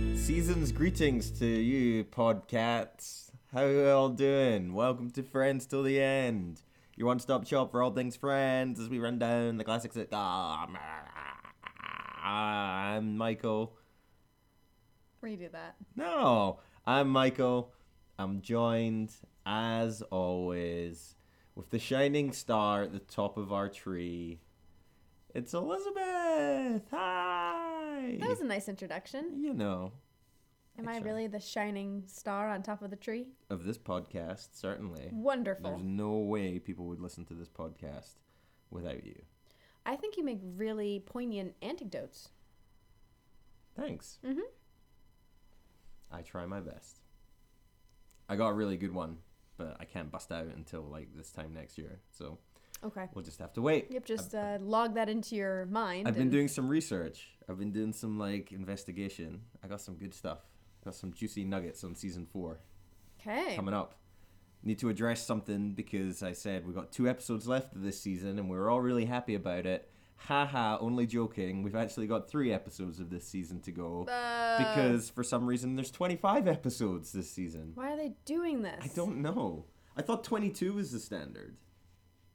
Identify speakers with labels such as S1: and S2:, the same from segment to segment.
S1: Greetings, greetings to you, podcats. How you all doing? Welcome to Friends Till the End, your one stop shop for all things Friends as we run down the classics. At- I'm Michael.
S2: Redo that.
S1: No, I'm Michael. I'm joined, as always, with the shining star at the top of our tree. It's Elizabeth. Hi.
S2: That was a nice introduction.
S1: you know,
S2: Am I
S1: Thanks, Sharon.
S2: really the shining star on top of the tree?
S1: of this podcast, certainly. There's
S2: Wonderful.
S1: no way people would listen to this podcast without you.
S2: I think you make really poignant anecdotes.
S1: Thanks.
S2: Mhm.
S1: I try my best. I got a really good one, but I can't bust out until like this time next year. So
S2: Okay.
S1: we'll just have to wait.
S2: Yep, just uh, log that into your mind.
S1: I've been
S2: and-
S1: doing some research. I've been doing some like investigation. I got some good stuff. Got some juicy nuggets on season four
S2: Okay.
S1: coming up. Need to address something because I said we got two episodes left of this season and we were all really happy about it. Haha, only joking. We've actually got three episodes of this season to go
S2: Uh,
S1: because for some reason there's 25 episodes this season.
S2: Why are they doing this?
S1: I don't know. I thought 22 was the standard.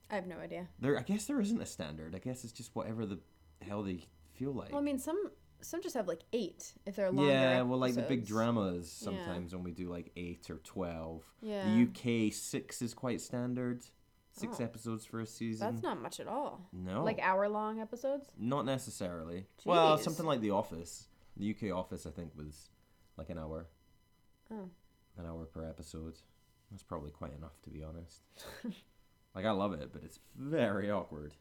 S2: I have no idea.
S1: There, I guess there isn't a standard. I guess it's just whatever the hell they feel like.
S2: Well, I mean, some some just have like eight if they're longer.
S1: Yeah, well, like the big
S2: episodes.
S1: dramas
S2: Yeah.
S1: sometimes when we do like eight or twelve.
S2: Yeah.
S1: The UK six is quite standard. Six
S2: Oh.
S1: episodes for a season.
S2: That's not much at all.
S1: no,
S2: Like hour long episodes.
S1: not necessarily. Well,
S2: Jeez.
S1: something like The Office. The UK Office, I think, was like an hour,
S2: Oh.
S1: an hour per episode. That's probably quite enough, to be honest. like I love it, but it's very awkward.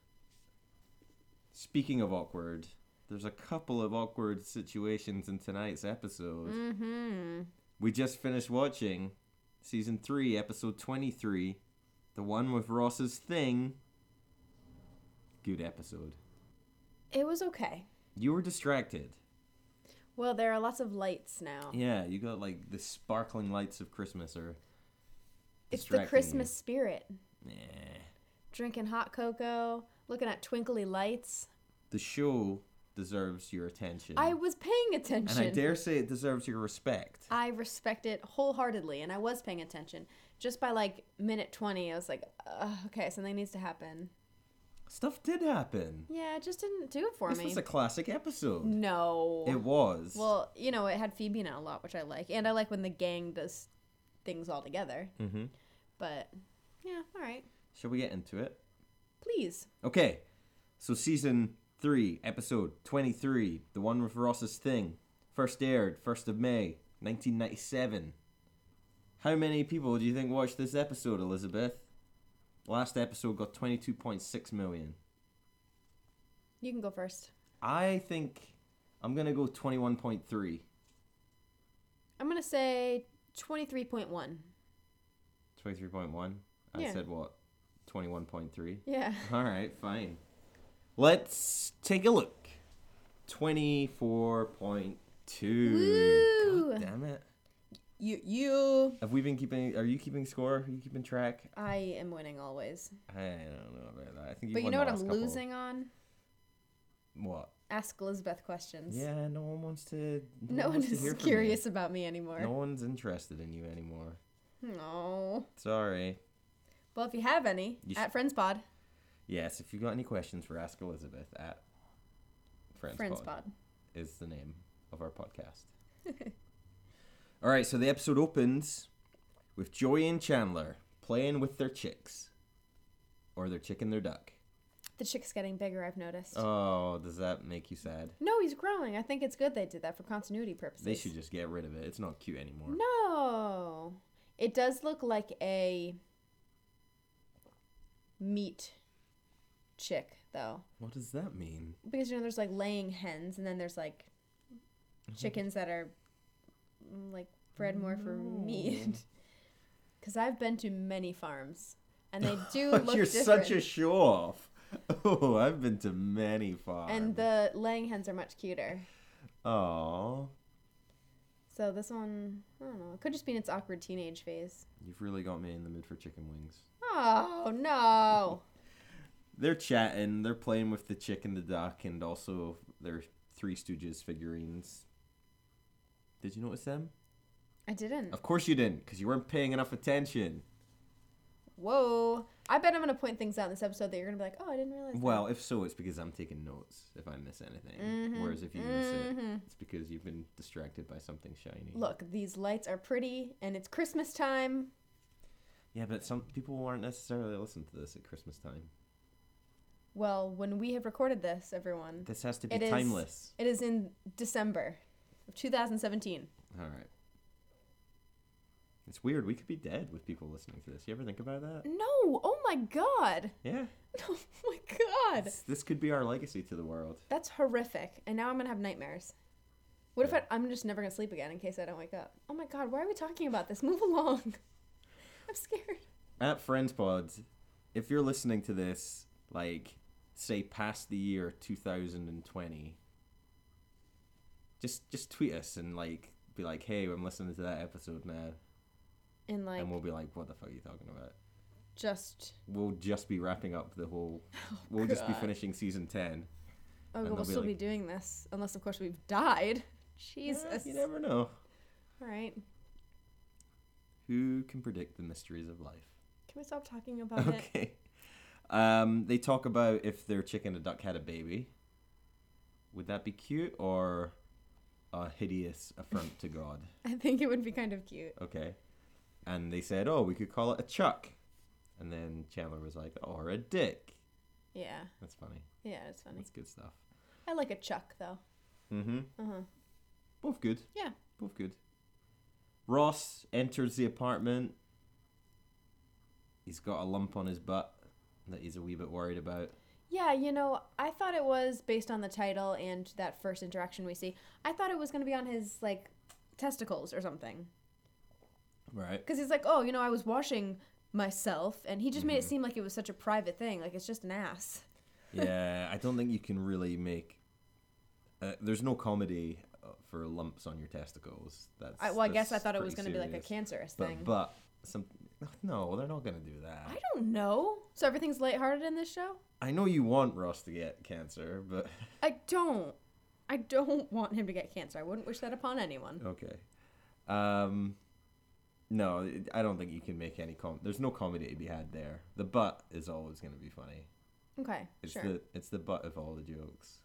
S1: Speaking of awkward, there's a couple of awkward situations in tonight's episode.
S2: Mm-hmm.
S1: We just finished watching season three, episode twenty-three, the one with Ross's thing. Good episode.
S2: It was okay.
S1: You were distracted.
S2: Well, there are lots of lights now.
S1: Yeah, you got like the sparkling lights of Christmas, or
S2: It's the
S1: distracting you.
S2: Christmas spirit.
S1: Nah.
S2: Drinking hot cocoa, looking at twinkly lights.
S1: The show deserves your attention,
S2: I was paying
S1: and
S2: attention.
S1: I dare say it deserves your respect.
S2: I respect it wholeheartedly, and I was paying attention. Just by like minute 20, I was like, Ugh, okay, something needs to happen.
S1: Stuff did happen.
S2: Yeah, it just didn't do it for
S1: This
S2: me.
S1: was a classic episode.
S2: no.
S1: It was.
S2: well, you know, it had Phoebe in it a lot, which I like. And I like when the gang does things all together.
S1: mm-hmm.
S2: But yeah, all right.
S1: Shall we get into it?
S2: Please.
S1: Okay, so season three, episode twenty-three, the one with Ross's thing, first aired first of May, nineteen ninety-seven. How many people do you think watched this episode, Elizabeth? Last episode got twenty-two point six million.
S2: You can go first.
S1: I think I'm gonna go twenty-one point three.
S2: I'm going to say 23.1.
S1: 23.1. I
S2: Yeah.
S1: said what? 21.3.
S2: Yeah.
S1: All right, fine. Let's take a look. 24.2.
S2: Woo.
S1: God damn it.
S2: You, you.
S1: Have we been keeping? Are you keeping score? Are you keeping track?
S2: I am winning always.
S1: I don't know about that. I think.
S2: But you
S1: won
S2: know
S1: the
S2: what I'm
S1: last couple.
S2: losing on?
S1: What?
S2: Ask Elizabeth questions.
S1: Yeah, no one wants to.
S2: No one
S1: wants to
S2: is
S1: hear from you.
S2: curious about me anymore.
S1: No one's interested in you anymore.
S2: No.
S1: Sorry.
S2: Well, if you have any,
S1: You
S2: at Friends Pod.
S1: Yes, if you've got any questions for Ask Elizabeth at Friends,
S2: Friends
S1: Pod.
S2: Pod.
S1: is the name of our podcast. All right, so the episode opens with Joey and Chandler playing with their chicks, or their chicken, their duck.
S2: The chick's getting bigger, I've noticed.
S1: Oh, does that make you sad?
S2: no, he's growing. I think it's good they did that for continuity purposes.
S1: They should just get rid of it. It's not cute anymore.
S2: No. It does look like a meat chick, though.
S1: What does that mean?
S2: Because, you know, there's like laying hens, and then there's like
S1: Mm-hmm.
S2: chickens that are mm, like bred more for meat. Because I've been to many farms, and they do look
S1: You're
S2: different.
S1: such a show off. Oh, I've been to many farms.
S2: and the laying hens are much cuter.
S1: oh,
S2: So this one, I don't know. It could just be in its awkward teenage phase.
S1: you've really got me in the mood for chicken wings.
S2: Oh no!
S1: they're chatting, they're playing with the chick and the duck, and also their Three Stooges figurines. Did you notice them?
S2: I didn't.
S1: Of course you didn't, because you weren't paying enough attention.
S2: Whoa. I bet I'm going to point things out in this episode that you're going to be like, oh, I didn't realize that.
S1: Well, if so, it's because I'm taking notes if I miss anything.
S2: Mhm.
S1: Whereas if you miss it,
S2: Mhm.
S1: it's because you've been distracted by something shiny.
S2: Look, these lights are pretty and it's Christmas time.
S1: Yeah, but some people aren't necessarily listening to this at Christmas time.
S2: Well, when we have recorded this, everyone,
S1: This has to be
S2: It is-
S1: timeless.
S2: it is in December of 2017.
S1: All right. It's weird. We could be dead with people listening to this. You ever think about that?
S2: No. Oh my God.
S1: Yeah.
S2: Oh my God.
S1: This- This could be our legacy to the world.
S2: That's horrific. And now I'm going to have nightmares. What if
S1: Yeah.
S2: I, I'm just never going to sleep again in case I don't wake up? Oh my God. Why are we talking about this? Move along. I'm scared.
S1: At Friends Pods, if you're listening to this, like, say past the year 2020, just just tweet us and like be like, hey, I'm listening to that episode now,
S2: And like,
S1: and we'll be like, what the fuck are you talking about?
S2: just,
S1: We'll just be wrapping up the whole. we'll just be
S2: Oh, God.
S1: finishing season ten.
S2: oh,
S1: And
S2: we'll
S1: they'll be
S2: still be
S1: like-
S2: doing this. Unless, of course, we've died.
S1: Yeah,
S2: Jesus.
S1: you never know.
S2: All right.
S1: Who can predict the mysteries of life?
S2: Can we stop talking about it?
S1: Okay. Um, they talk about if their chicken or duck had a baby. Would that be cute or a hideous affront to God?
S2: I think it would be kind of cute.
S1: Okay. And they said, oh, we could call it a chuck. And then Chandler was like, or a dick.
S2: Yeah.
S1: That's funny.
S2: Yeah, it's funny.
S1: That's good stuff.
S2: I like a chuck, though.
S1: Mm-hmm.
S2: Uh huh.
S1: Both good.
S2: Yeah.
S1: Both good. Ross enters the apartment. He's got a lump on his butt that he's a wee bit worried about.
S2: Yeah, you know, I thought it was based on the title and that first interaction we see. I thought it was going to be on his like testicles or something.
S1: Right.
S2: Cuz he's like, "Oh, you know, I was washing myself." And he just
S1: Mm-hmm.
S2: made it seem like it was such a private thing, like it's just an ass.
S1: yeah, I don't think you can really make. Uh, there's no comedy uh, for lumps on your testicles. That's.
S2: I, well, I guess I
S1: that's
S2: thought it was going
S1: pretty
S2: to be like a
S1: serious.
S2: cancerous
S1: But
S2: thing.
S1: but some no, they're not gonna do that.
S2: I don't know. So everything's lighthearted in this show?
S1: I, know you want Ross to get cancer, but
S2: I don't. I don't want him to get cancer. I wouldn't wish that upon anyone.
S1: okay. Um, no, it- I don't think you can make any com. There's no comedy to be had there. The butt is always gonna be funny.
S2: Okay.
S1: It's
S2: sure.
S1: the it's the butt of all the jokes.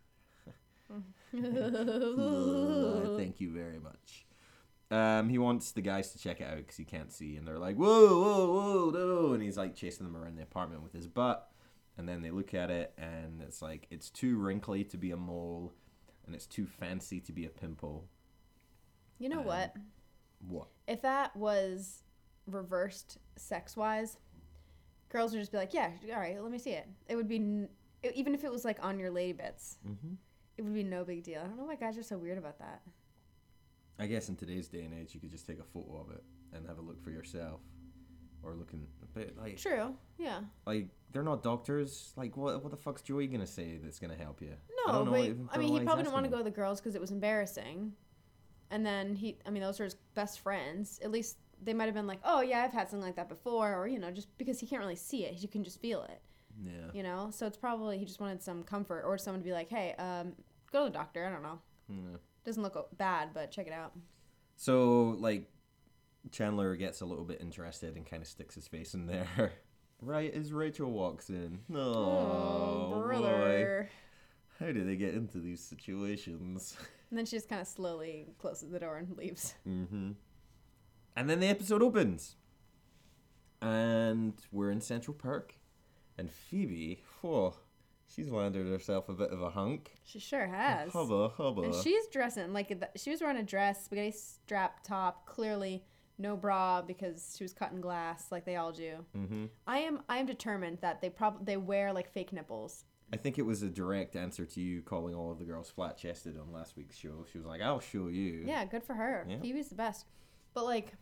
S1: Uh, Thank you very much. Um, he wants the guys to check it out because he can't see, and they're like, "Whoa, whoa, whoa, no!" And he's like chasing them around the apartment with his butt. And then they look at it, and it's like it's too wrinkly to be a mole, and it's too fancy to be a pimple.
S2: you know
S1: um,
S2: what?
S1: What?
S2: if that was reversed sex wise, girls would just be like, yeah, all right, let me see it. It would be, n- e, even if it was like on your lady bits,
S1: Mm-hmm.
S2: it would be no big deal. I don't know why guys are so weird about that.
S1: I guess in today's day and age, you could just take a photo of it and have a look for yourself, or looking. But like,
S2: True. Yeah.
S1: like they're not doctors. Like, what? What the fuck's Joey gonna say that's gonna help you? I
S2: No,
S1: don't know
S2: but
S1: even-
S2: I
S1: don't
S2: mean,
S1: know
S2: he
S1: why he's
S2: probably didn't want to
S1: asking
S2: go to the girls because it was embarrassing. And then he, I mean, those are his best friends. At least they might have been like, oh, yeah, I've had something like that before. Or, you know, just because he can't really see it, he can just feel it.
S1: that. Yeah.
S2: you know so it's probably he just wanted some comfort or someone to be like hey um go to the doctor i don't know
S1: Yeah.
S2: doesn't look o- bad but check it out
S1: So like Chandler gets a little bit interested and kind of sticks his face in there. right as Rachel walks in. No, Oh,
S2: brother
S1: How do they get into these situations?
S2: and then she just kind of slowly closes the door and leaves
S1: mm-hmm. And then the episode opens. And we're in Central Park. And Phoebe, whoa, she's landed herself a bit of a hunk.
S2: she sure has
S1: Hubba, hubba.
S2: and she's dressing like th- she was wearing a dress spaghetti strap top clearly no bra because she was cutting glass like they all do
S1: mm-hmm.
S2: i am i am determined that they probably they wear like fake nipples
S1: I think it was a direct answer to you calling all of the girls flat chested on last week's show. She was like, I'll show you.
S2: Yeah, good for her.
S1: Yeah.
S2: Phoebe's the best. But like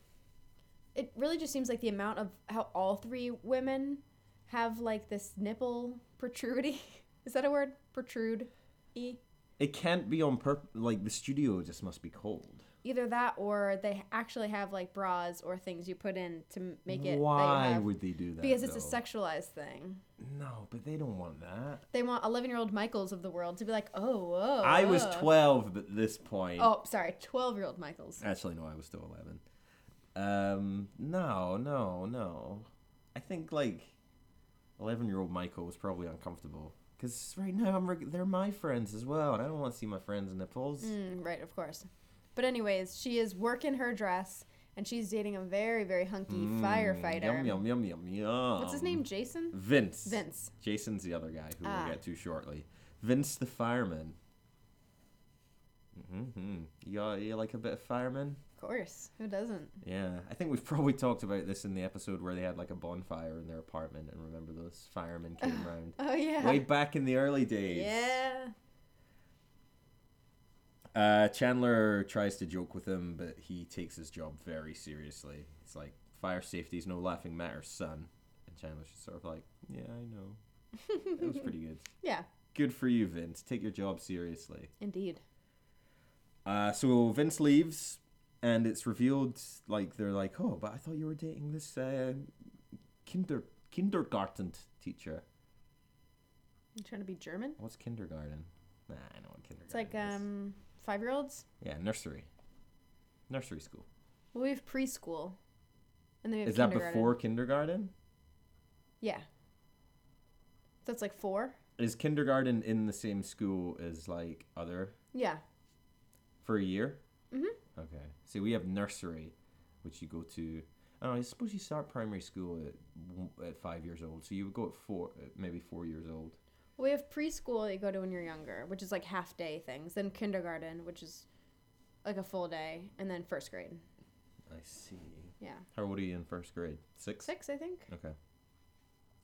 S2: it really just seems like the amount of how all three women have like this nipple protrudy. Is that a word? Protrude E.
S1: It can't be on purpose. Like, the studio just must be cold.
S2: either that or they actually have like bras or things you put in to m- make it. that you
S1: Why
S2: have-
S1: would they do that?
S2: Because it's a
S1: though?
S2: sexualized thing.
S1: No, but they don't want that.
S2: They want 11 year old Michaels of the world to be like, oh, whoa.
S1: I was
S2: whoa."
S1: 12 at this point.
S2: Oh, sorry, 12 year old Michaels.
S1: Actually, no, I was still 11. Um, no, no, no. I think like 11 year old Michael was probably uncomfortable because right now I'm reg- they're my friends as well, and I don't want to see my friends' nipples.
S2: Mm, right, of course. But, anyways, she is working her dress and she's dating a very, very hunky
S1: Mm,
S2: firefighter.
S1: Yum yum yum yum yum.
S2: What's his name? Jason?
S1: Vince.
S2: Vince.
S1: Jason's the other guy who
S2: Ah.
S1: we'll get to shortly. Vince the fireman. Mm-hmm. You, you like a bit of fireman?
S2: Of course. Who doesn't?
S1: Yeah, I think we've probably talked about this in the episode where they had like a bonfire in their apartment, and remember those firemen came round
S2: Oh, yeah.
S1: way back in the early days.
S2: yeah.
S1: Uh, Chandler tries to joke with him, but he takes his job very seriously. It's like fire safety is no laughing matter, son. And Chandler's just sort of like, yeah, I know. That was pretty good.
S2: Yeah,
S1: Good for you, Vince. Take your job seriously.
S2: indeed.
S1: Uh, so Vince leaves, and it's revealed like they're like, oh, but I thought you were dating this uh, kinder kindergarten teacher.
S2: You trying to be German?
S1: What's kindergarten? Nah, I know what kindergarten.
S2: It's like
S1: is.
S2: um five year olds.
S1: yeah, nursery, nursery school.
S2: Well, we have preschool, and then we have
S1: Is that
S2: kindergarten.
S1: before kindergarten?
S2: Yeah. That's like four.
S1: Is kindergarten in the same school as like other
S2: Yeah.
S1: for a year?
S2: Mhm.
S1: Okay. See, we have nursery, which you go to. Oh, I suppose you start primary school at w- at five years old, so you would go at four, at maybe four years old.
S2: We have preschool that you go to when you're younger, which is like half day things. Then kindergarten, which is like a full day, and then first grade.
S1: I see.
S2: Yeah,
S1: How old are you in first grade? Six?
S2: six, I think.
S1: Okay.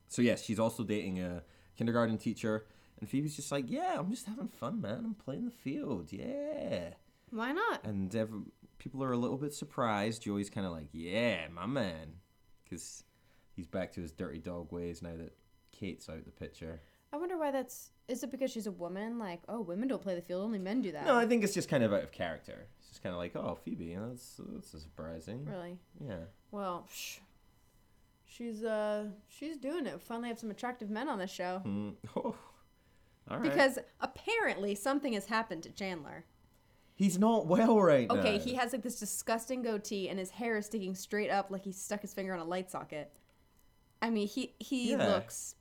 S1: So, yes, she's also dating a kindergarten teacher. And Phoebe's just like, yeah, I'm just having fun, man. I'm playing the field. Yeah.
S2: Why not?
S1: And every, people are a little bit surprised. Joey's kind of like, yeah, my man. Because he's back to his dirty dog ways now that Kate's out the picture.
S2: I wonder why that's. Is it because she's a woman? Like, oh, women don't play the field; only men do that.
S1: No, I think it's just kind of out of character. It's just kind of like, oh, Phoebe, that's, that's surprising.
S2: really.
S1: Yeah.
S2: Well, psh, she's uh, she's doing it. We finally have some attractive men on this show.
S1: Mm. Oh. All right.
S2: Because apparently something has happened to Chandler.
S1: he's not well right now.
S2: Okay, he has like this disgusting goatee and his hair is sticking straight up like he stuck his finger on a light socket. I mean, he he
S1: Yeah.
S2: looks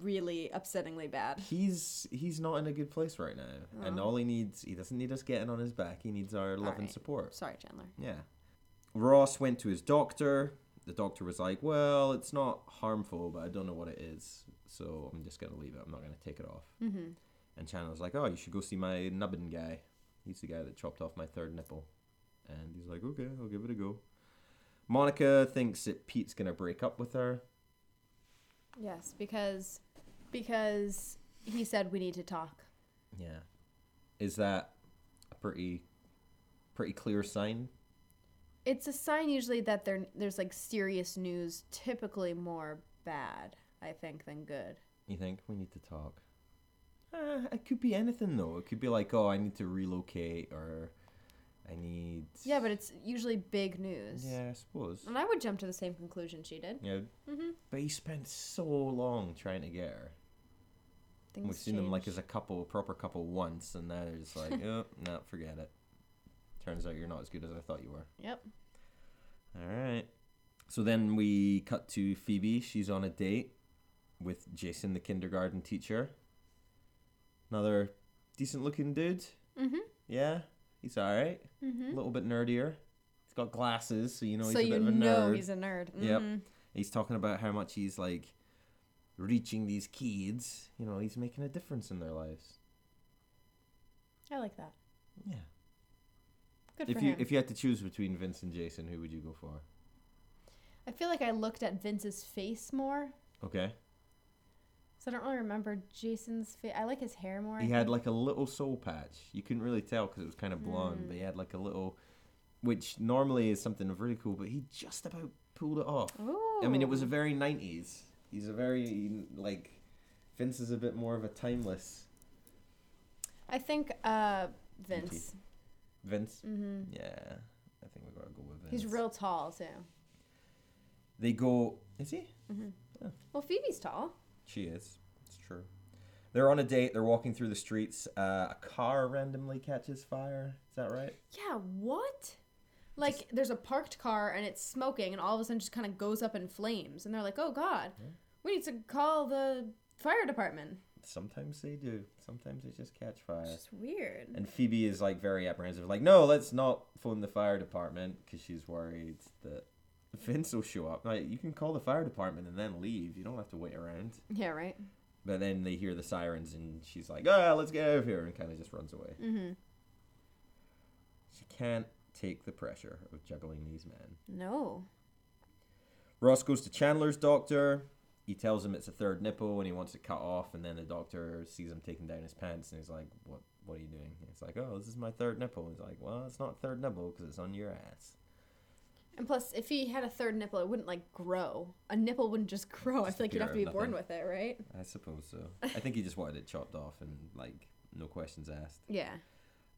S2: really upsettingly bad.
S1: he's he's not in a good place right now, and all he needs he doesn't need us getting on his back. He needs our love and
S2: right.
S1: support.
S2: Sorry, Chandler.
S1: Yeah. Ross went to his doctor. The doctor was like, "Well, it's not harmful, but I don't know what it is, so I'm just gonna leave it. I'm not gonna take it off." Mm-hmm. And Chandler was like, "Oh, you should go see my nubbin guy. He's the guy that chopped off my third nipple." And he's like, "Okay, I'll give it a go." Monica thinks that Pete's gonna break up with her.
S2: Yes, because because he said we need to talk.
S1: Yeah. Is that a pretty pretty clear sign?
S2: It's a sign usually that there there's like serious news, typically more bad, I think, than good.
S1: You think we need to talk? Uh, it could be anything though. It could be like, oh, I need to relocate or I need
S2: Yeah, but Mm. it's usually big news.
S1: Yeah, I suppose.
S2: And I would jump to the same conclusion she did.
S1: Yeah.
S2: Mhm.
S1: But he spent so long trying to get her.
S2: Things
S1: We've seen them like
S2: change.
S1: as a couple, proper couple once, and now they're just like, oh, no, forget it. Turns out you're not as good as I thought you were.
S2: Yep.
S1: All right. So then we cut to Phoebe. She's on a date with Jason, the kindergarten teacher. Another decent looking dude.
S2: Mm-hmm.
S1: Yeah, he's all right.
S2: Mm-hmm.
S1: A little bit nerdier. He's got glasses, so you know he's
S2: so
S1: a bit
S2: you
S1: of a nerd.
S2: know he's a nerd.
S1: Yep.
S2: Mhm.
S1: He's talking about how much he's like reaching these kids. You know, he's making a difference in their lives.
S2: I like that.
S1: Yeah.
S2: Good
S1: If
S2: for
S1: you
S2: him.
S1: if you had to choose between Vince and Jason, who would you go for?
S2: I feel like I looked at Vince's face more,
S1: Okay.
S2: so I don't really remember Jason's face. I like his hair more.
S1: He
S2: I
S1: had
S2: think.
S1: like a little soul patch. You couldn't really tell because it was kind of blonde, but he
S2: Hmm.
S1: had like a little, which normally is something really cool, but he just about pulled it off.
S2: Ooh.
S1: I mean, it was a very 90s. He's a very, like, Vince is a bit more of a timeless.
S2: I think uh, Vince.
S1: Vince.
S2: hmm
S1: Yeah, I think we gotta go with Vince.
S2: He's real tall too.
S1: They go. Is he?
S2: Well, Phoebe's tall.
S1: She is. It's true. They're on a date. They're walking through the streets. Uh, a car randomly catches fire. Is that right?
S2: Yeah, what? Like there's a parked car and it's smoking and all of a sudden just kind of goes up in flames and they're like, "Oh god. We need to call the fire department."
S1: Sometimes they do. Sometimes they just catch
S2: It's
S1: fire.
S2: just weird.
S1: And Phoebe is like very apprehensive. Like, no, let's not phone the fire department because she's worried that Vince will show up. Like, you can call the fire department and then leave. You don't have to wait around.
S2: Yeah, right.
S1: But then they hear the sirens and she's like, ah, let's get out of here, and kind of just runs away.
S2: Mhm.
S1: She can't take the pressure of juggling these men.
S2: No.
S1: Ross goes to Chandler's doctor. He tells him it's a third nipple and he wants it cut off. And then the doctor sees him taking down his pants and he's like, "What? What are you doing?" And He's like, "Oh, this is my third nipple." And he's like, "Well, it's not third nipple because it's on your ass."
S2: And plus, if he had a third nipple, it wouldn't like grow. A nipple wouldn't just grow. I
S1: Just
S2: feel like you'd have to be
S1: appear,
S2: born
S1: nothing.
S2: with it, right?
S1: I suppose so. I think he just wanted it chopped off and like no questions asked.
S2: Yeah.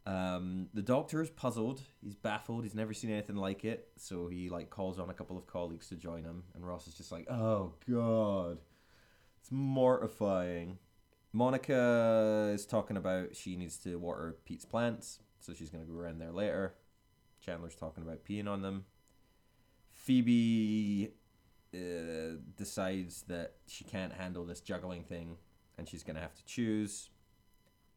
S1: Um, the doctor is puzzled. He's baffled. He's never seen anything like it. So he like calls on a couple of colleagues to join him, and Ross is just like, "Oh God, it's mortifying." Monica is talking about she needs to water Pete's plants, so she's gonna go around there later. Chandler's talking about peeing on them. Phoebe uh, decides that she can't handle this juggling thing, and she's gonna have to choose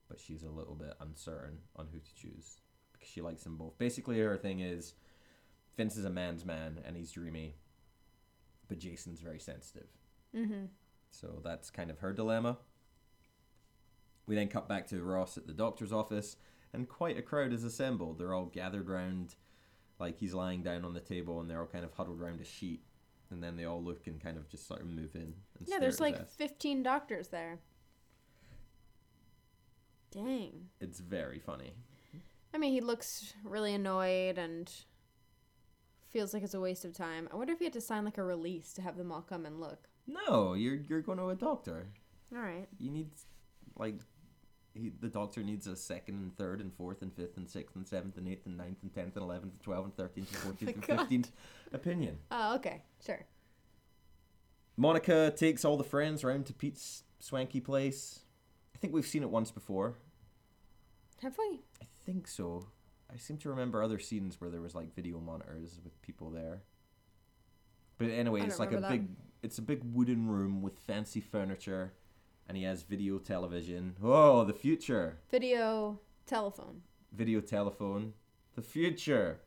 S1: but she's a little bit uncertain on who to choose because she likes them both. Basically, her thing is Vince is a man's man and he's dreamy, but Jason's very sensitive.
S2: Mhm.
S1: So that's kind of her dilemma. We then cut back to Ross at the doctor's office, and quite a crowd is assembled. They're all gathered round, like he's lying down on the table, and they're all kind of huddled round a sheet. And then they all look and kind of just sort of move in. And
S2: Yeah,
S1: stare
S2: there's
S1: at his
S2: like
S1: ass.
S2: 15 doctors there. Dang.
S1: It's very funny.
S2: I mean, he looks really annoyed and feels like it's a waste of time. I wonder if he had to sign like a release to have them all come and look.
S1: No, you're, you're going to a doctor.
S2: All right.
S1: you need like he, the doctor needs a second and third and fourth and fifth and sixth and seventh and eighth and ninth and tenth and eleventh and twelfth and thirteenth and fourteenth and
S2: Oh God.
S1: fifteenth opinion.
S2: Oh, okay. Sure.
S1: Monica takes all the friends round to Pete's swanky place. I think we've seen it once before.
S2: Have we?
S1: I think so. I seem to remember other scenes where there was like video monitors with people there. But anyway,
S2: I
S1: it's
S2: don't
S1: like a
S2: remember that.
S1: big it's a big wooden room with fancy furniture and he has video television. Oh, the future.
S2: Video telephone.
S1: video telephone, the future.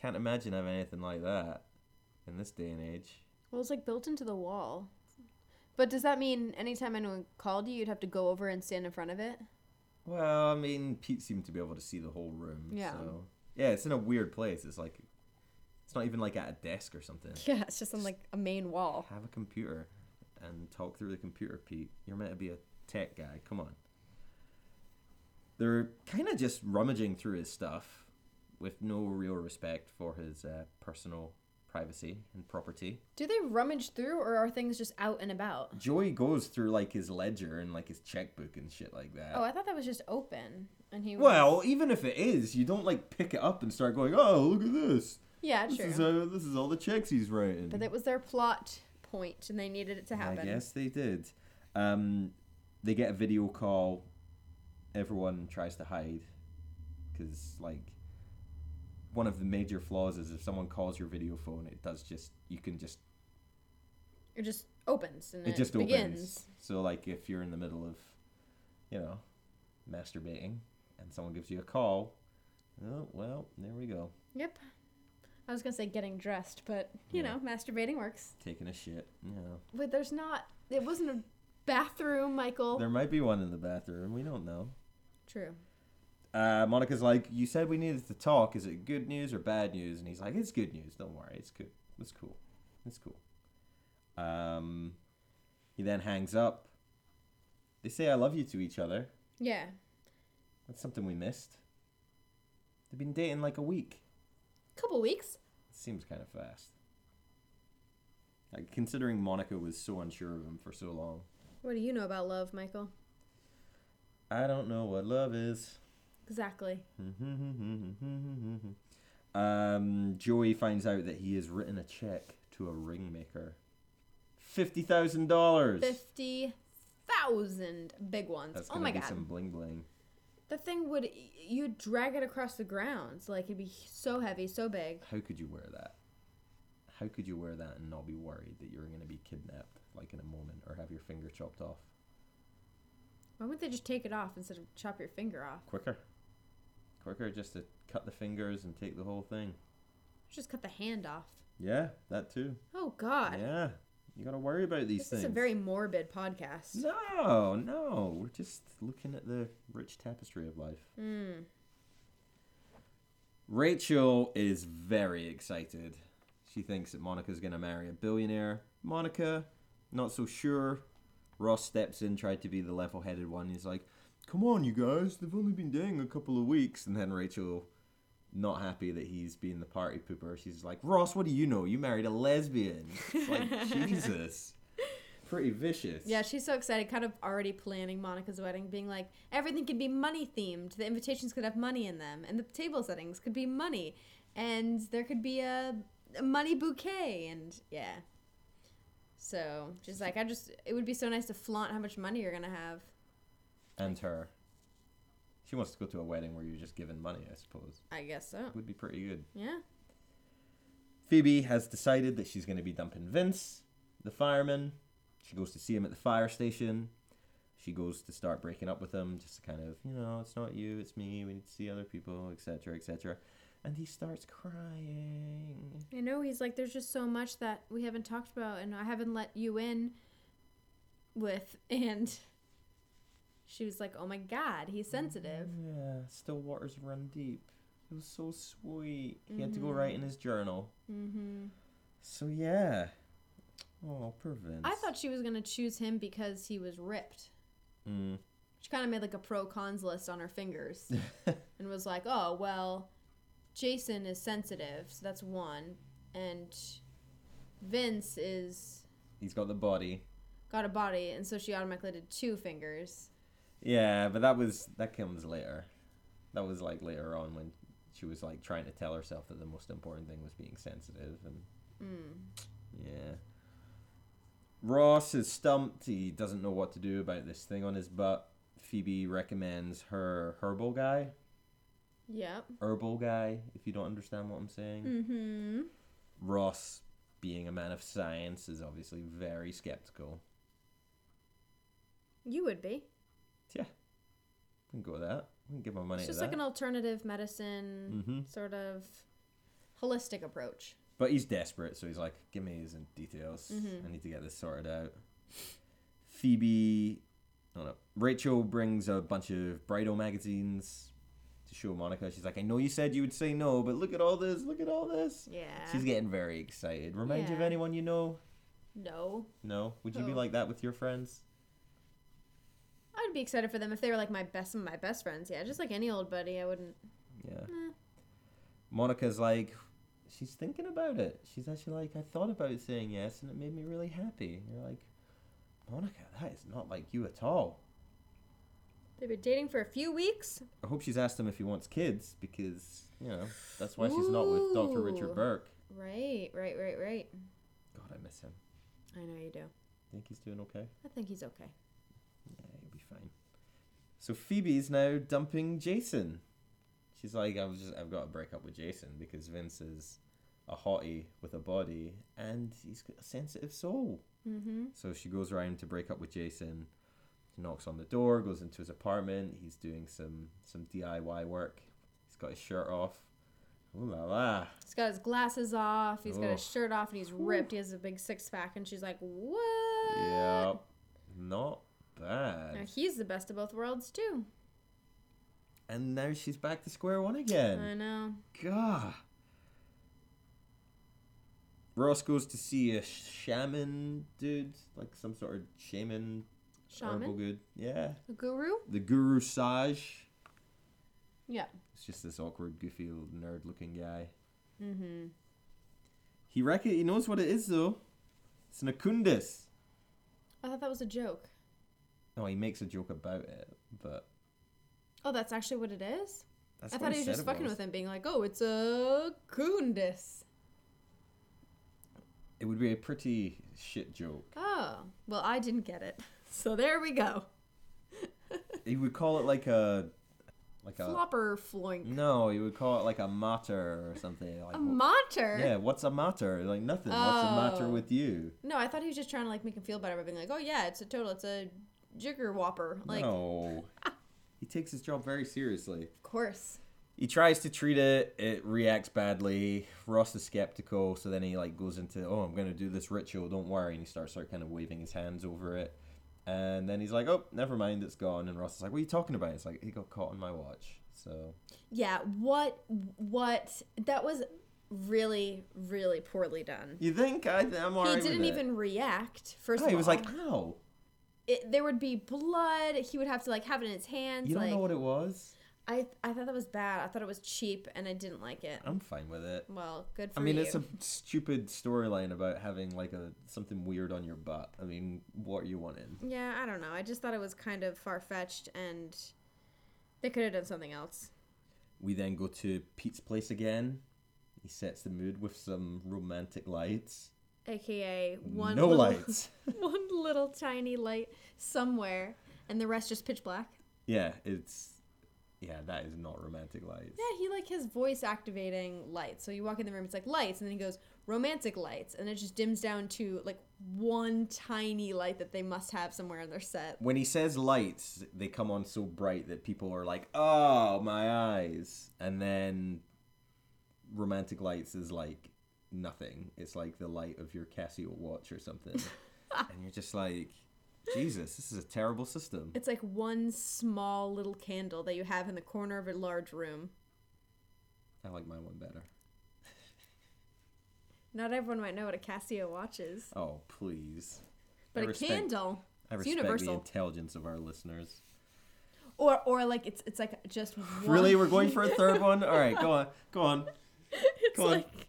S1: Can't imagine having anything like that in this day and age.
S2: Well, it's like built into the wall. But does that mean anytime anyone called you, you'd have to go over and stand in front of it?
S1: Well, I mean, Pete seemed to be able to see the whole room.
S2: Yeah.
S1: So. Yeah, it's in a weird place. It's like, it's not even like at a desk or something.
S2: Yeah, it's just on like a main wall.
S1: Have a computer and talk through the computer, Pete. You're meant to be a tech guy. Come on. They're kind of just rummaging through his stuff with no real respect for his uh, personal privacy and property.
S2: Do they rummage through or are things just out and about?
S1: Joey goes through like his ledger and like his checkbook and shit like that.
S2: Oh, I thought that was just open. And he was.
S1: well, even if it is, you don't like pick it up and start going, "Oh, look at this!
S2: yeah,
S1: This
S2: true.
S1: is uh, this is all the checks he's writing."
S2: But it was their plot point, and they needed it to happen.
S1: I guess they did. Um, they get a video call. Everyone tries to hide because, like, one of the major flaws is if someone calls your video phone, it does just you can just
S2: It just opens and
S1: it,
S2: it,
S1: just
S2: begins.
S1: opens. So, like, if you're in the middle of, you know, masturbating, and someone gives you a call, oh well, there we go,
S2: Yep. I was gonna say getting dressed, but you
S1: Yeah.
S2: know, masturbating works.
S1: taking a shit. You know,
S2: But there's not. It wasn't a bathroom, Michael.
S1: there might be one in the bathroom. We don't know.
S2: True.
S1: uh, Monica's like, "You said we needed to talk. Is it good news or bad news?" And he's like, "It's good news. Don't worry. It's good. It's cool. It's cool." Um, he then hangs up. They say, "I love you" to each other.
S2: Yeah.
S1: That's something we missed. They've been dating like a week.
S2: Couple weeks.
S1: seems kind of fast. Like considering Monica was so unsure of him for so long.
S2: What do you know about love, Michael?
S1: I don't know what love is.
S2: Exactly.
S1: um, Joey finds out that he has written a check to a ringmaker. Fifty thousand dollars.
S2: 50,000 big ones.
S1: That's
S2: oh
S1: gonna
S2: my
S1: be
S2: god.
S1: some bling bling.
S2: That thing would, you'd drag it across the grounds. Like, it'd be so heavy, so big.
S1: How could you wear that? How could you wear that and not be worried that you're gonna be kidnapped like in a moment or have your finger chopped off
S2: Why wouldn't they just take it off instead of chop your finger off?
S1: quicker? Quicker, just to cut the fingers and take the whole thing.
S2: Just cut the hand off.
S1: Yeah, that too.
S2: Oh god.
S1: Yeah, you gotta worry about these
S2: this
S1: things.
S2: is a very morbid podcast.
S1: No, no. We're just looking at the rich tapestry of life.
S2: Mm.
S1: Rachel is very excited. She thinks that Monica's going to marry a billionaire. Monica, not so sure. Ross steps in, tried to be the level headed one. He's like, Come on, you guys. They've only been dating a couple of weeks. And then Rachel, not happy that he's being the party pooper, she's like, Ross, what do you know? You married a lesbian. It's like, Jesus. Pretty vicious.
S2: Yeah, she's so excited, kind of already planning Monica's wedding, being like, everything could be money themed. The invitations could have money in them, and the table settings could be money, and there could be a, a money bouquet, and yeah. So she's like, I just, it would be so nice to flaunt how much money you're gonna have.
S1: and her. She wants to go to a wedding where you're just given money, I suppose.
S2: I guess so.
S1: Would be pretty good.
S2: Yeah.
S1: Phoebe has decided that she's going to be dumping Vince, the fireman. She goes to see him at the fire station. She goes to start breaking up with him, just to kind of, you know, it's not you, it's me, we need to see other people, etc., etc. And he starts crying.
S2: I know he's like, there's just so much that we haven't talked about, and I haven't let you in with. And she was like, oh my god, he's sensitive.
S1: Yeah, still waters run deep. It was so sweet. He had to
S2: Mm-hmm.
S1: go write in his journal.
S2: hmm
S1: So, yeah. Oh, poor Vince.
S2: I thought she was gonna choose him because he was ripped.
S1: Mm.
S2: She kind of made like a pro cons list on her fingers
S1: Mm.
S2: and was like, oh well, Jason is sensitive, so that's one, and Vince is
S1: He's got the body.
S2: got a body, and so she automatically did two fingers.
S1: Yeah, but that was that comes later. That was like later on when she was like trying to tell herself that the most important thing was being sensitive and
S2: Mm.
S1: yeah. Ross is stumped. He doesn't know what to do about this thing on his butt. Phoebe recommends her herbal guy,
S2: Yep.
S1: herbal guy, if you don't understand what I'm saying.
S2: Mm-hmm.
S1: Ross, being a man of science, is obviously very skeptical.
S2: You would be.
S1: We can go with that. We can give my money
S2: It's
S1: to
S2: just
S1: that.
S2: like an alternative medicine
S1: mm-hmm.
S2: sort of holistic approach.
S1: But he's desperate, so he's like, "Give me his details.
S2: Mhm.
S1: I need to get this sorted out." Phoebe, oh no, Rachel brings a bunch of bridal magazines to show Monica. She's like, "I know you said you would say no, but look at all this. Look at all this."
S2: Yeah.
S1: She's getting very excited. Remind you of
S2: Yeah.
S1: anyone you know?
S2: no.
S1: No. Would you be
S2: Oh.
S1: like that with your friends?
S2: I'd be excited for them if they were like my best some of my best friends. Yeah, just like any old buddy, I wouldn't.
S1: Yeah.
S2: Eh.
S1: Monica's like, she's thinking about it. She's actually like, I thought about saying yes, and it made me really happy. And you're like, Monica, that is not like you at all.
S2: They've been dating for a few weeks.
S1: I hope she's asked him if he wants kids because you know that's why she's not with Dr. Richard
S2: Ooh.
S1: Burke.
S2: Right, right, right, right.
S1: God, I miss him.
S2: I know you do.
S1: Think he's doing okay?
S2: I think he's okay.
S1: Yeah, he'll be fine. So Phoebe's now dumping Jason. She's like, I've just I've got to break up with Jason because Vince is a hottie with a body and he's got a sensitive soul.
S2: Mm-hmm.
S1: So she goes around to break up with Jason. She knocks on the door, goes into his apartment. He's doing some some DIY work. He's got his shirt off. Ooh la la.
S2: He's got his glasses off. He's got his
S1: Oof.
S2: shirt off, and he's ripped. He has a big six pack, and she's like, "What?"
S1: Yep. Not
S2: Now,
S1: bad.
S2: he's the best of both worlds too.
S1: And now she's back to square one again.
S2: I know.
S1: God. Ross goes to see a shaman dude, like some sort of shaman, herbal
S2: Shaman,
S1: good. Yeah.
S2: a guru.
S1: The Guru Saj.
S2: Yeah.
S1: It's just this awkward, goofy little nerd looking guy.
S2: Mm-hmm.
S1: He reckon he knows what it is though. It's an Akundis.
S2: I thought that was a joke.
S1: No, he makes a joke about it, but
S2: Oh, that's actually what it is.
S1: That's
S2: I
S1: what
S2: thought he was
S1: said
S2: just
S1: it
S2: fucking
S1: was.
S2: with him, being like, "Oh, it's a coondis."
S1: It would be a pretty shit joke.
S2: Oh, well, I didn't get it. So there we go.
S1: He would call it like a, like a.
S2: Flopper floink.
S1: No, he would call it like a mater or something. Like,
S2: A mater?
S1: yeah, what's a mater? Like nothing. What's a matter
S2: Oh.
S1: with you?
S2: No, I thought he was just trying to like make him feel better by being like, "Oh yeah, it's a total, it's a jigger whopper." Like,
S1: no. he takes his job very seriously.
S2: of course.
S1: He tries to treat it. It reacts badly. Ross is skeptical, so then he like goes into, "Oh, I'm going to do this ritual. Don't worry." And he starts like kind of waving his hands over it. And then he's like, "Oh, never mind. It's gone." And Ross is like, "What are you talking about?" It's like he got caught on my watch. So
S2: Yeah. What? What? That was really, really poorly done.
S1: you think I, I'm alright?
S2: He
S1: with
S2: didn't
S1: it.
S2: even react. First
S1: No,
S2: of all,
S1: he was like, "How?
S2: it, there would be blood. He would have to like have it in his hands.
S1: You don't
S2: like,
S1: know what it was?"
S2: I, I thought that was bad. I thought it was cheap, and I didn't like it.
S1: I'm fine with it.
S2: Well, good for
S1: Um, I mean,
S2: you.
S1: it's a stupid storyline about having like a something weird on your butt. I mean, what are you wanting?
S2: Yeah, I don't know. I just thought it was kind of far fetched, and they could have done something else.
S1: We then go to Pete's place again. He sets the mood with some romantic lights.
S2: AKA one
S1: no
S2: little,
S1: lights.
S2: one little tiny light somewhere, and the rest just pitch black.
S1: yeah, it's yeah, that is not romantic lights.
S2: Yeah, he like his voice activating lights. So you walk in the room, it's like lights, and then he goes romantic lights, and it just dims down to like one tiny light that they must have somewhere in their set.
S1: When he says lights, they come on so bright that people are like, "Oh, my eyes." And then romantic lights is like nothing. It's like the light of your Casio watch or something. and you're just like, "Jesus, this is a terrible system."
S2: It's like one small little candle that you have in the corner of a large room.
S1: I like my one better.
S2: Not everyone might know what a Casio watch is,
S1: Oh, please.
S2: but
S1: I
S2: a
S1: respect-
S2: candle.
S1: I
S2: It's
S1: respect the
S2: universal.
S1: intelligence of our listeners.
S2: or or like it's it's like just one.
S1: Really, we're going for a third one? All right, go on, go on,
S2: it's
S1: Come on.
S2: like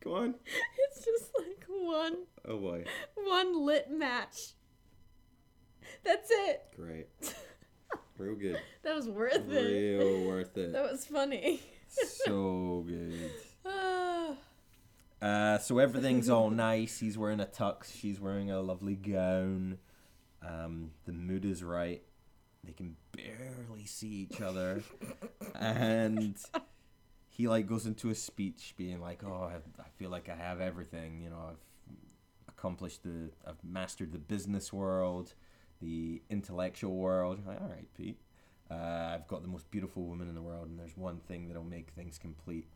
S1: go on.
S2: it's just like one
S1: Oh boy,
S2: one lit match. That's it.
S1: great, real good,
S2: That was worth it.
S1: real worth it,
S2: That was funny.
S1: so good.
S2: Ah.
S1: Uh, so everything's all nice. He's wearing a tux. She's wearing a lovely gown. Um, the mood is right. They can barely see each other, and he like goes into a speech, being like, "Oh, I, I feel like I have everything. You know, I've accomplished the, I've mastered the business world, the intellectual world." You're like, all right, Pete. Uh, I've got the most beautiful woman in the world, and there's one thing that'll make things complete.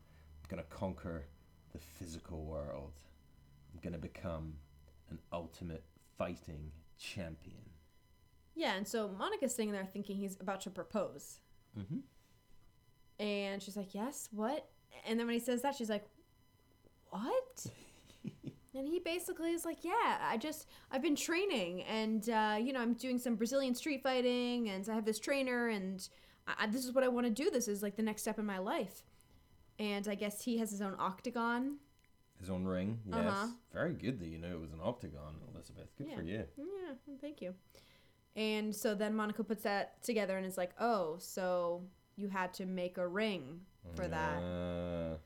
S1: I'm gonna conquer the physical world. I'm gonna become an ultimate fighting champion.
S2: yeah, and so Monica's sitting there thinking he's about to propose,
S1: Mm-hmm.
S2: and she's like, "Yes, what?" And then when he says that, she's like, "What?" And he basically is like, yeah, I just I've been training, and uh, you know I'm doing some Brazilian street fighting, and I have this trainer, and I, I- this is what I want to do. This is like the next step in my life. And I guess he has his own octagon.
S1: His own ring, yes.
S2: Uh-huh.
S1: Very good that you know it was an octagon, Elizabeth. Good for you.
S2: Yeah, well, thank you. And so then Monica puts that together and is like, oh, so you had to make a ring for that.
S1: Uh,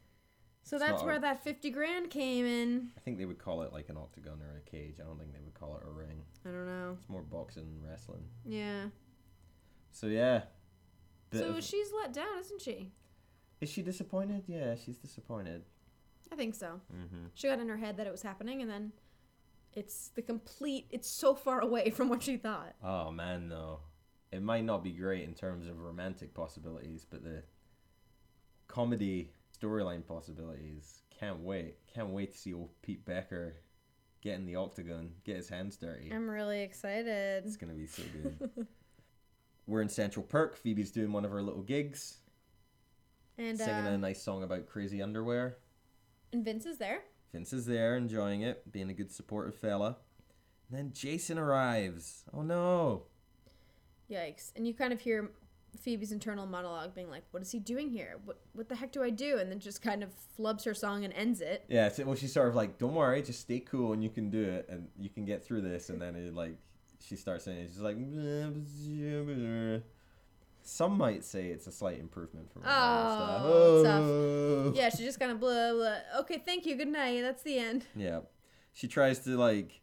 S2: So
S1: It's
S2: that's
S1: not
S2: where
S1: a-
S2: that fifty grand came in.
S1: I think they would call it like an octagon or a cage. I don't think they would call it a ring.
S2: I don't know.
S1: It's more boxing and wrestling.
S2: Yeah.
S1: So yeah. Bit
S2: so
S1: of-
S2: she's let down, isn't she?
S1: is she disappointed? Yeah, she's disappointed.
S2: I think so.
S1: Mm-hmm.
S2: She got in her head that it was happening, and then it's the complete. It's so far away from what she thought.
S1: Oh man, though, it might not be great in terms of romantic possibilities, but the comedy storyline possibilities can't wait. Can't wait to see old Pete Becker get in the octagon, get his hands dirty.
S2: I'm really excited.
S1: It's gonna be so good. We're in Central Perk. Phoebe's doing one of her little gigs,
S2: And
S1: singing a
S2: uh,
S1: nice song about crazy underwear.
S2: and Vince is there.
S1: Vince is there, enjoying it, being a good supportive fella. And then Jason arrives. Oh no!
S2: Yikes! And you kind of hear Phoebe's internal monologue being like, "What is he doing here? What what the heck do I do?" And then just kind of flubs her song and ends it.
S1: Yeah, so, well, she's sort of like, "Don't worry, just stay cool, and you can do it, and you can get through this." And then it like, she starts saying, "She's like," Some might say it's a slight improvement from.
S2: Oh, tough.
S1: Oh.
S2: Yeah, she just kind of blah blah. Okay, thank you. Good night. That's the end.
S1: Yeah. She tries to like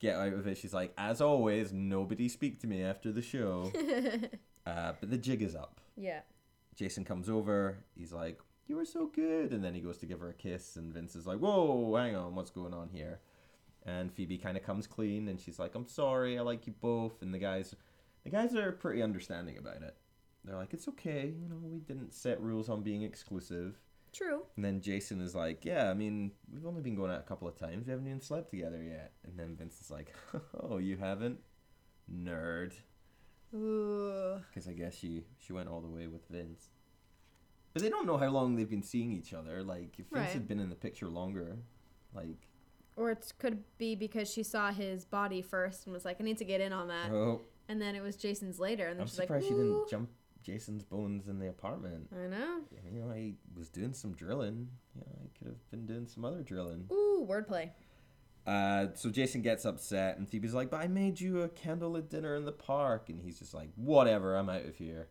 S1: get out of it. She's like, as always, nobody speak to me after the show. uh, but the jig is up.
S2: yeah.
S1: Jason comes over. He's like, you were so good. And then he goes to give her a kiss. And Vince is like, whoa, hang on. What's going on here? And Phoebe kind of comes clean and she's like, I'm sorry. I like you both. And the guys, the guys are pretty understanding about it. They're like, it's okay. You know, we didn't set rules on being exclusive.
S2: True.
S1: And then Jason is like, "Yeah, I mean, we've only been going out a couple of times. We haven't even slept together yet." And then Vince is like, "Oh, you haven't, nerd,"
S2: Ooh.
S1: because I guess she she went all the way with Vince. But they don't know how long they've been seeing each other. Like, if Vince
S2: Right.
S1: had been in the picture longer, like,
S2: Or it could be because she saw his body first and was like, I need to get in on that.
S1: oh,
S2: Uh, And then it was Jason's later, and then
S1: I'm
S2: she's like,
S1: surprised she didn't
S2: "Ooh."
S1: jump Jason's bones in the apartment.
S2: I know.
S1: You know, I was doing some drilling. You know, I could have been doing some other drilling.
S2: Ooh, wordplay.
S1: Uh, so Jason gets upset, and Phoebe's like, "But I made you a candlelit dinner in the park," and he's just like, "Whatever, I'm out of here."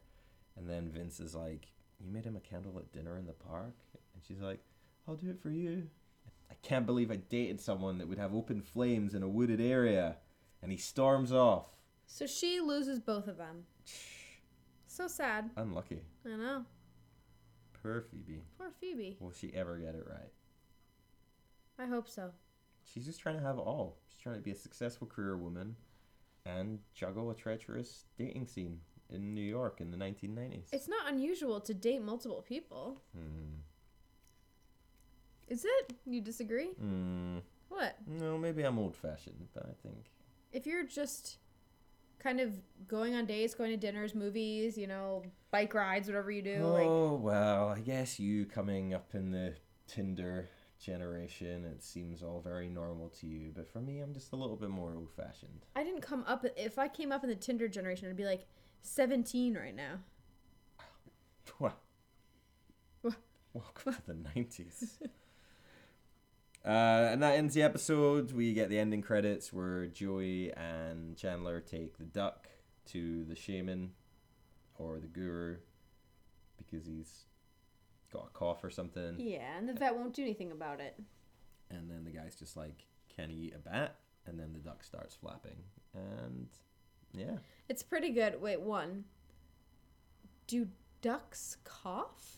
S1: And then Vince is like, "You made him a candlelit dinner in the park," and she's like, "I'll do it for you." I can't believe I dated someone that would have open flames in a wooded area, and he storms off.
S2: So she loses both of them. So sad.
S1: Unlucky,
S2: I know.
S1: poor Phoebe.
S2: Poor Phoebe.
S1: Will she ever get it right?
S2: I hope so.
S1: She's just trying to have it all. She's trying to be a successful career woman, and juggle a treacherous dating scene in New York in the 1990s.
S2: It's not unusual to date multiple people.
S1: Mm.
S2: Is it? You disagree?
S1: Mm.
S2: What?
S1: No, maybe I'm old fashioned, but I think.
S2: If you're just kind of going on dates, going to dinners, movies, you know, bike rides, whatever you do, like
S1: oh, well, I guess you coming up in the Tinder generation, it seems all very normal to you, but for me, I'm just a little bit more old fashioned.
S2: I didn't come up if I came up in the Tinder generation, I'd be like 17 right now.
S1: Well,
S2: Wha-
S1: welcome to the 90s. Uh, and that ends the episode. We get the ending credits where Joey and Chandler take the duck to the shaman or the guru because he's got a cough or something.
S2: Yeah, and the vet won't do anything about it.
S1: And then the guy's just like, Can he eat a bat? And then the duck starts flapping. And yeah.
S2: It's pretty good. Wait, one. Do ducks cough?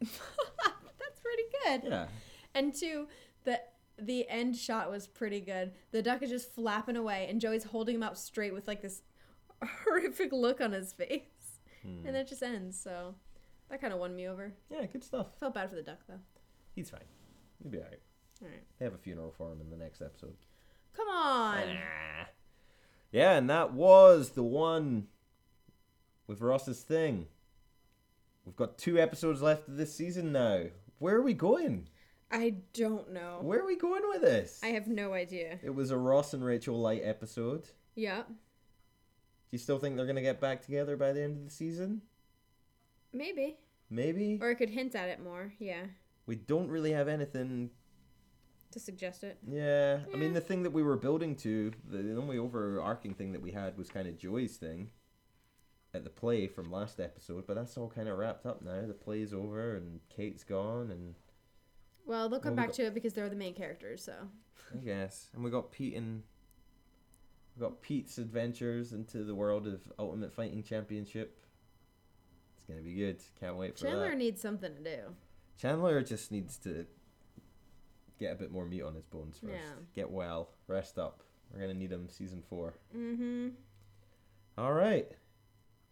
S2: That's pretty good.
S1: yeah.
S2: And two, the the end shot was pretty good. The duck is just flapping away, and Joey's holding him up straight with like this horrific look on his face,
S1: Hmm.
S2: and it just ends. So that kind of won me over.
S1: Yeah, good stuff.
S2: Felt bad for the duck though.
S1: He's fine. He'll be alright.
S2: All right,
S1: They have a funeral for him in the next episode.
S2: come on.
S1: Ah. Yeah, and that was the one with Ross's thing. We've got two episodes left of this season now. Where are we going?
S2: I don't know.
S1: Where are we going with this?
S2: I have no idea.
S1: It was a Ross and Rachel Light episode. Do
S2: Yeah,
S1: you still think they're going to get back together by the end of the season?
S2: maybe.
S1: Maybe?
S2: Or I could hint at it more. Yeah,
S1: We don't really have anything.
S2: to suggest it.
S1: Yeah. I mean, the thing that we were building to, the only overarching thing that we had was kind of Joy's thing at the play from last episode, but that's all kind of wrapped up now. The play's over and Kate's gone, and
S2: Well, they'll come
S1: Well, we
S2: back
S1: got-
S2: to it because they're the main characters. So
S1: I guess. And we got Pete and. We got Pete's adventures into the world of Ultimate Fighting Championship. It's going to be good. Can't wait for
S2: Chandler
S1: that.
S2: needs something to do.
S1: Chandler just needs to get a bit more meat on his bones first.
S2: Yeah.
S1: Get well, rest up. We're gonna need him season four.
S2: Mm-hmm.
S1: All right.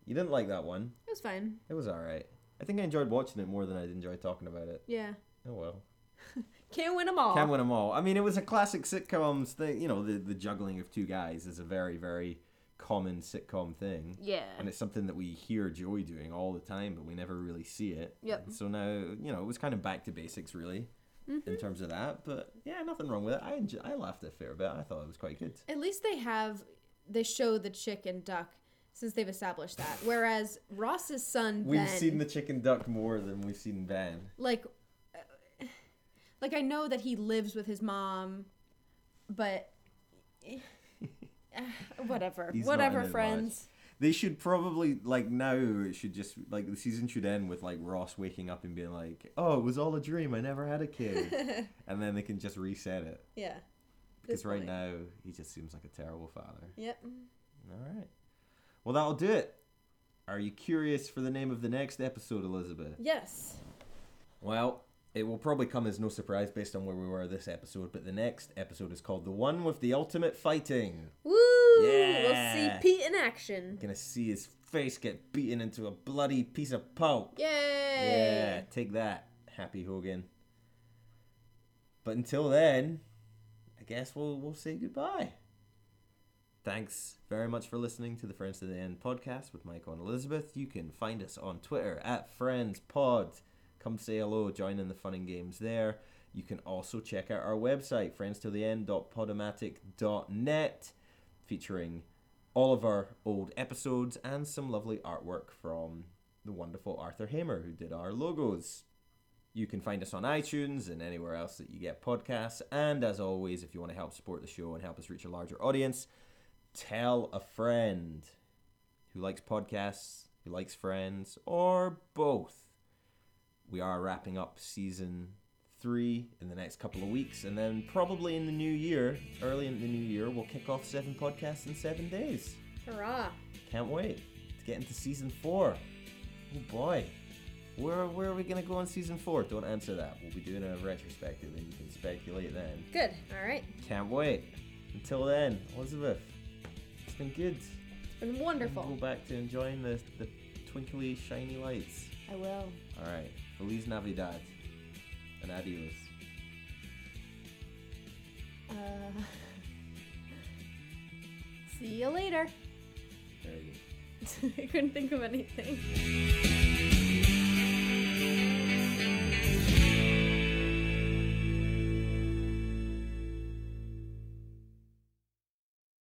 S1: You didn't like that one.
S2: It was fine.
S1: It was all right. I think I enjoyed watching it more than I enjoyed talking about it.
S2: Yeah,
S1: Oh well.
S2: can't win them all.
S1: Can't win them all. I mean, it was a classic sitcoms thing. You know, the the juggling of two guys is a very very common sitcom thing.
S2: Yeah.
S1: And it's something that we hear Joey doing all the time, but we never really see it.
S2: Yep.
S1: And so now, you know, it was kind of back to basics, really,
S2: Mm-hmm.
S1: in terms of that. But yeah, nothing wrong with it. I enj- I laughed a fair bit. I thought it was quite good.
S2: At least they have they show the chick and duck since they've established that. Whereas Ross's son
S1: We've
S2: Ben,
S1: seen the chicken duck more than we've seen Ben.
S2: like uh, like I know that he lives with his mom, but eh, whatever,
S1: He's not in
S2: whatever,
S1: it much.
S2: friends.
S1: They should probably like now. It should just like the season should end with like Ross waking up and being like, "Oh, it was all a dream. I never had a kid," and then they can just reset it
S2: yeah.
S1: because right
S2: Disappointing.
S1: now he just seems like a terrible father.
S2: Yep.
S1: All right. Well, that'll do it. Are you curious for the name of the next episode, Elizabeth?
S2: Yes.
S1: Well, it will probably come as no surprise based on where we were this episode, but the next episode is called The One with the Ultimate Fighting.
S2: Woo!
S1: Yeah.
S2: We'll see Pete in action.
S1: Gonna see his face get beaten into a bloody piece of pulp. Yeah,
S2: Yay!
S1: take that, Happy Hogan. But until then, I guess we'll we'll say goodbye. Thanks very much for listening to the Friends to the End podcast with Michael and Elizabeth. You can find us on Twitter at Friends Pod. Come say hello, join in the fun and games there. You can also check out our website, friendstotheend.podomatic.net, featuring all of our old episodes and some lovely artwork from the wonderful Arthur Hamer, who did our logos. You can find us on iTunes and anywhere else that you get podcasts. And as always, if you want to help support the show and help us reach a larger audience, tell a friend who likes podcasts, who likes friends, or both. We are wrapping up season three in the next couple of weeks, and then probably in the new year, early in the new year, we'll kick off seven podcasts in seven days.
S2: Hurrah!
S1: Can't wait to get into season four. Oh boy. Where, where are we going to go in season four? Don't answer that. We'll be doing a retrospective and you can speculate then.
S2: Good. All right.
S1: Can't wait. Until then, Elizabeth, it's been good.
S2: It's been
S1: Go
S2: wonderful.
S1: back to enjoying the, the twinkly, shiny lights.
S2: I will.
S1: Alright, Feliz Navidad. And adios.
S2: Uh, see you later.
S1: Very good.
S2: I couldn't think of anything.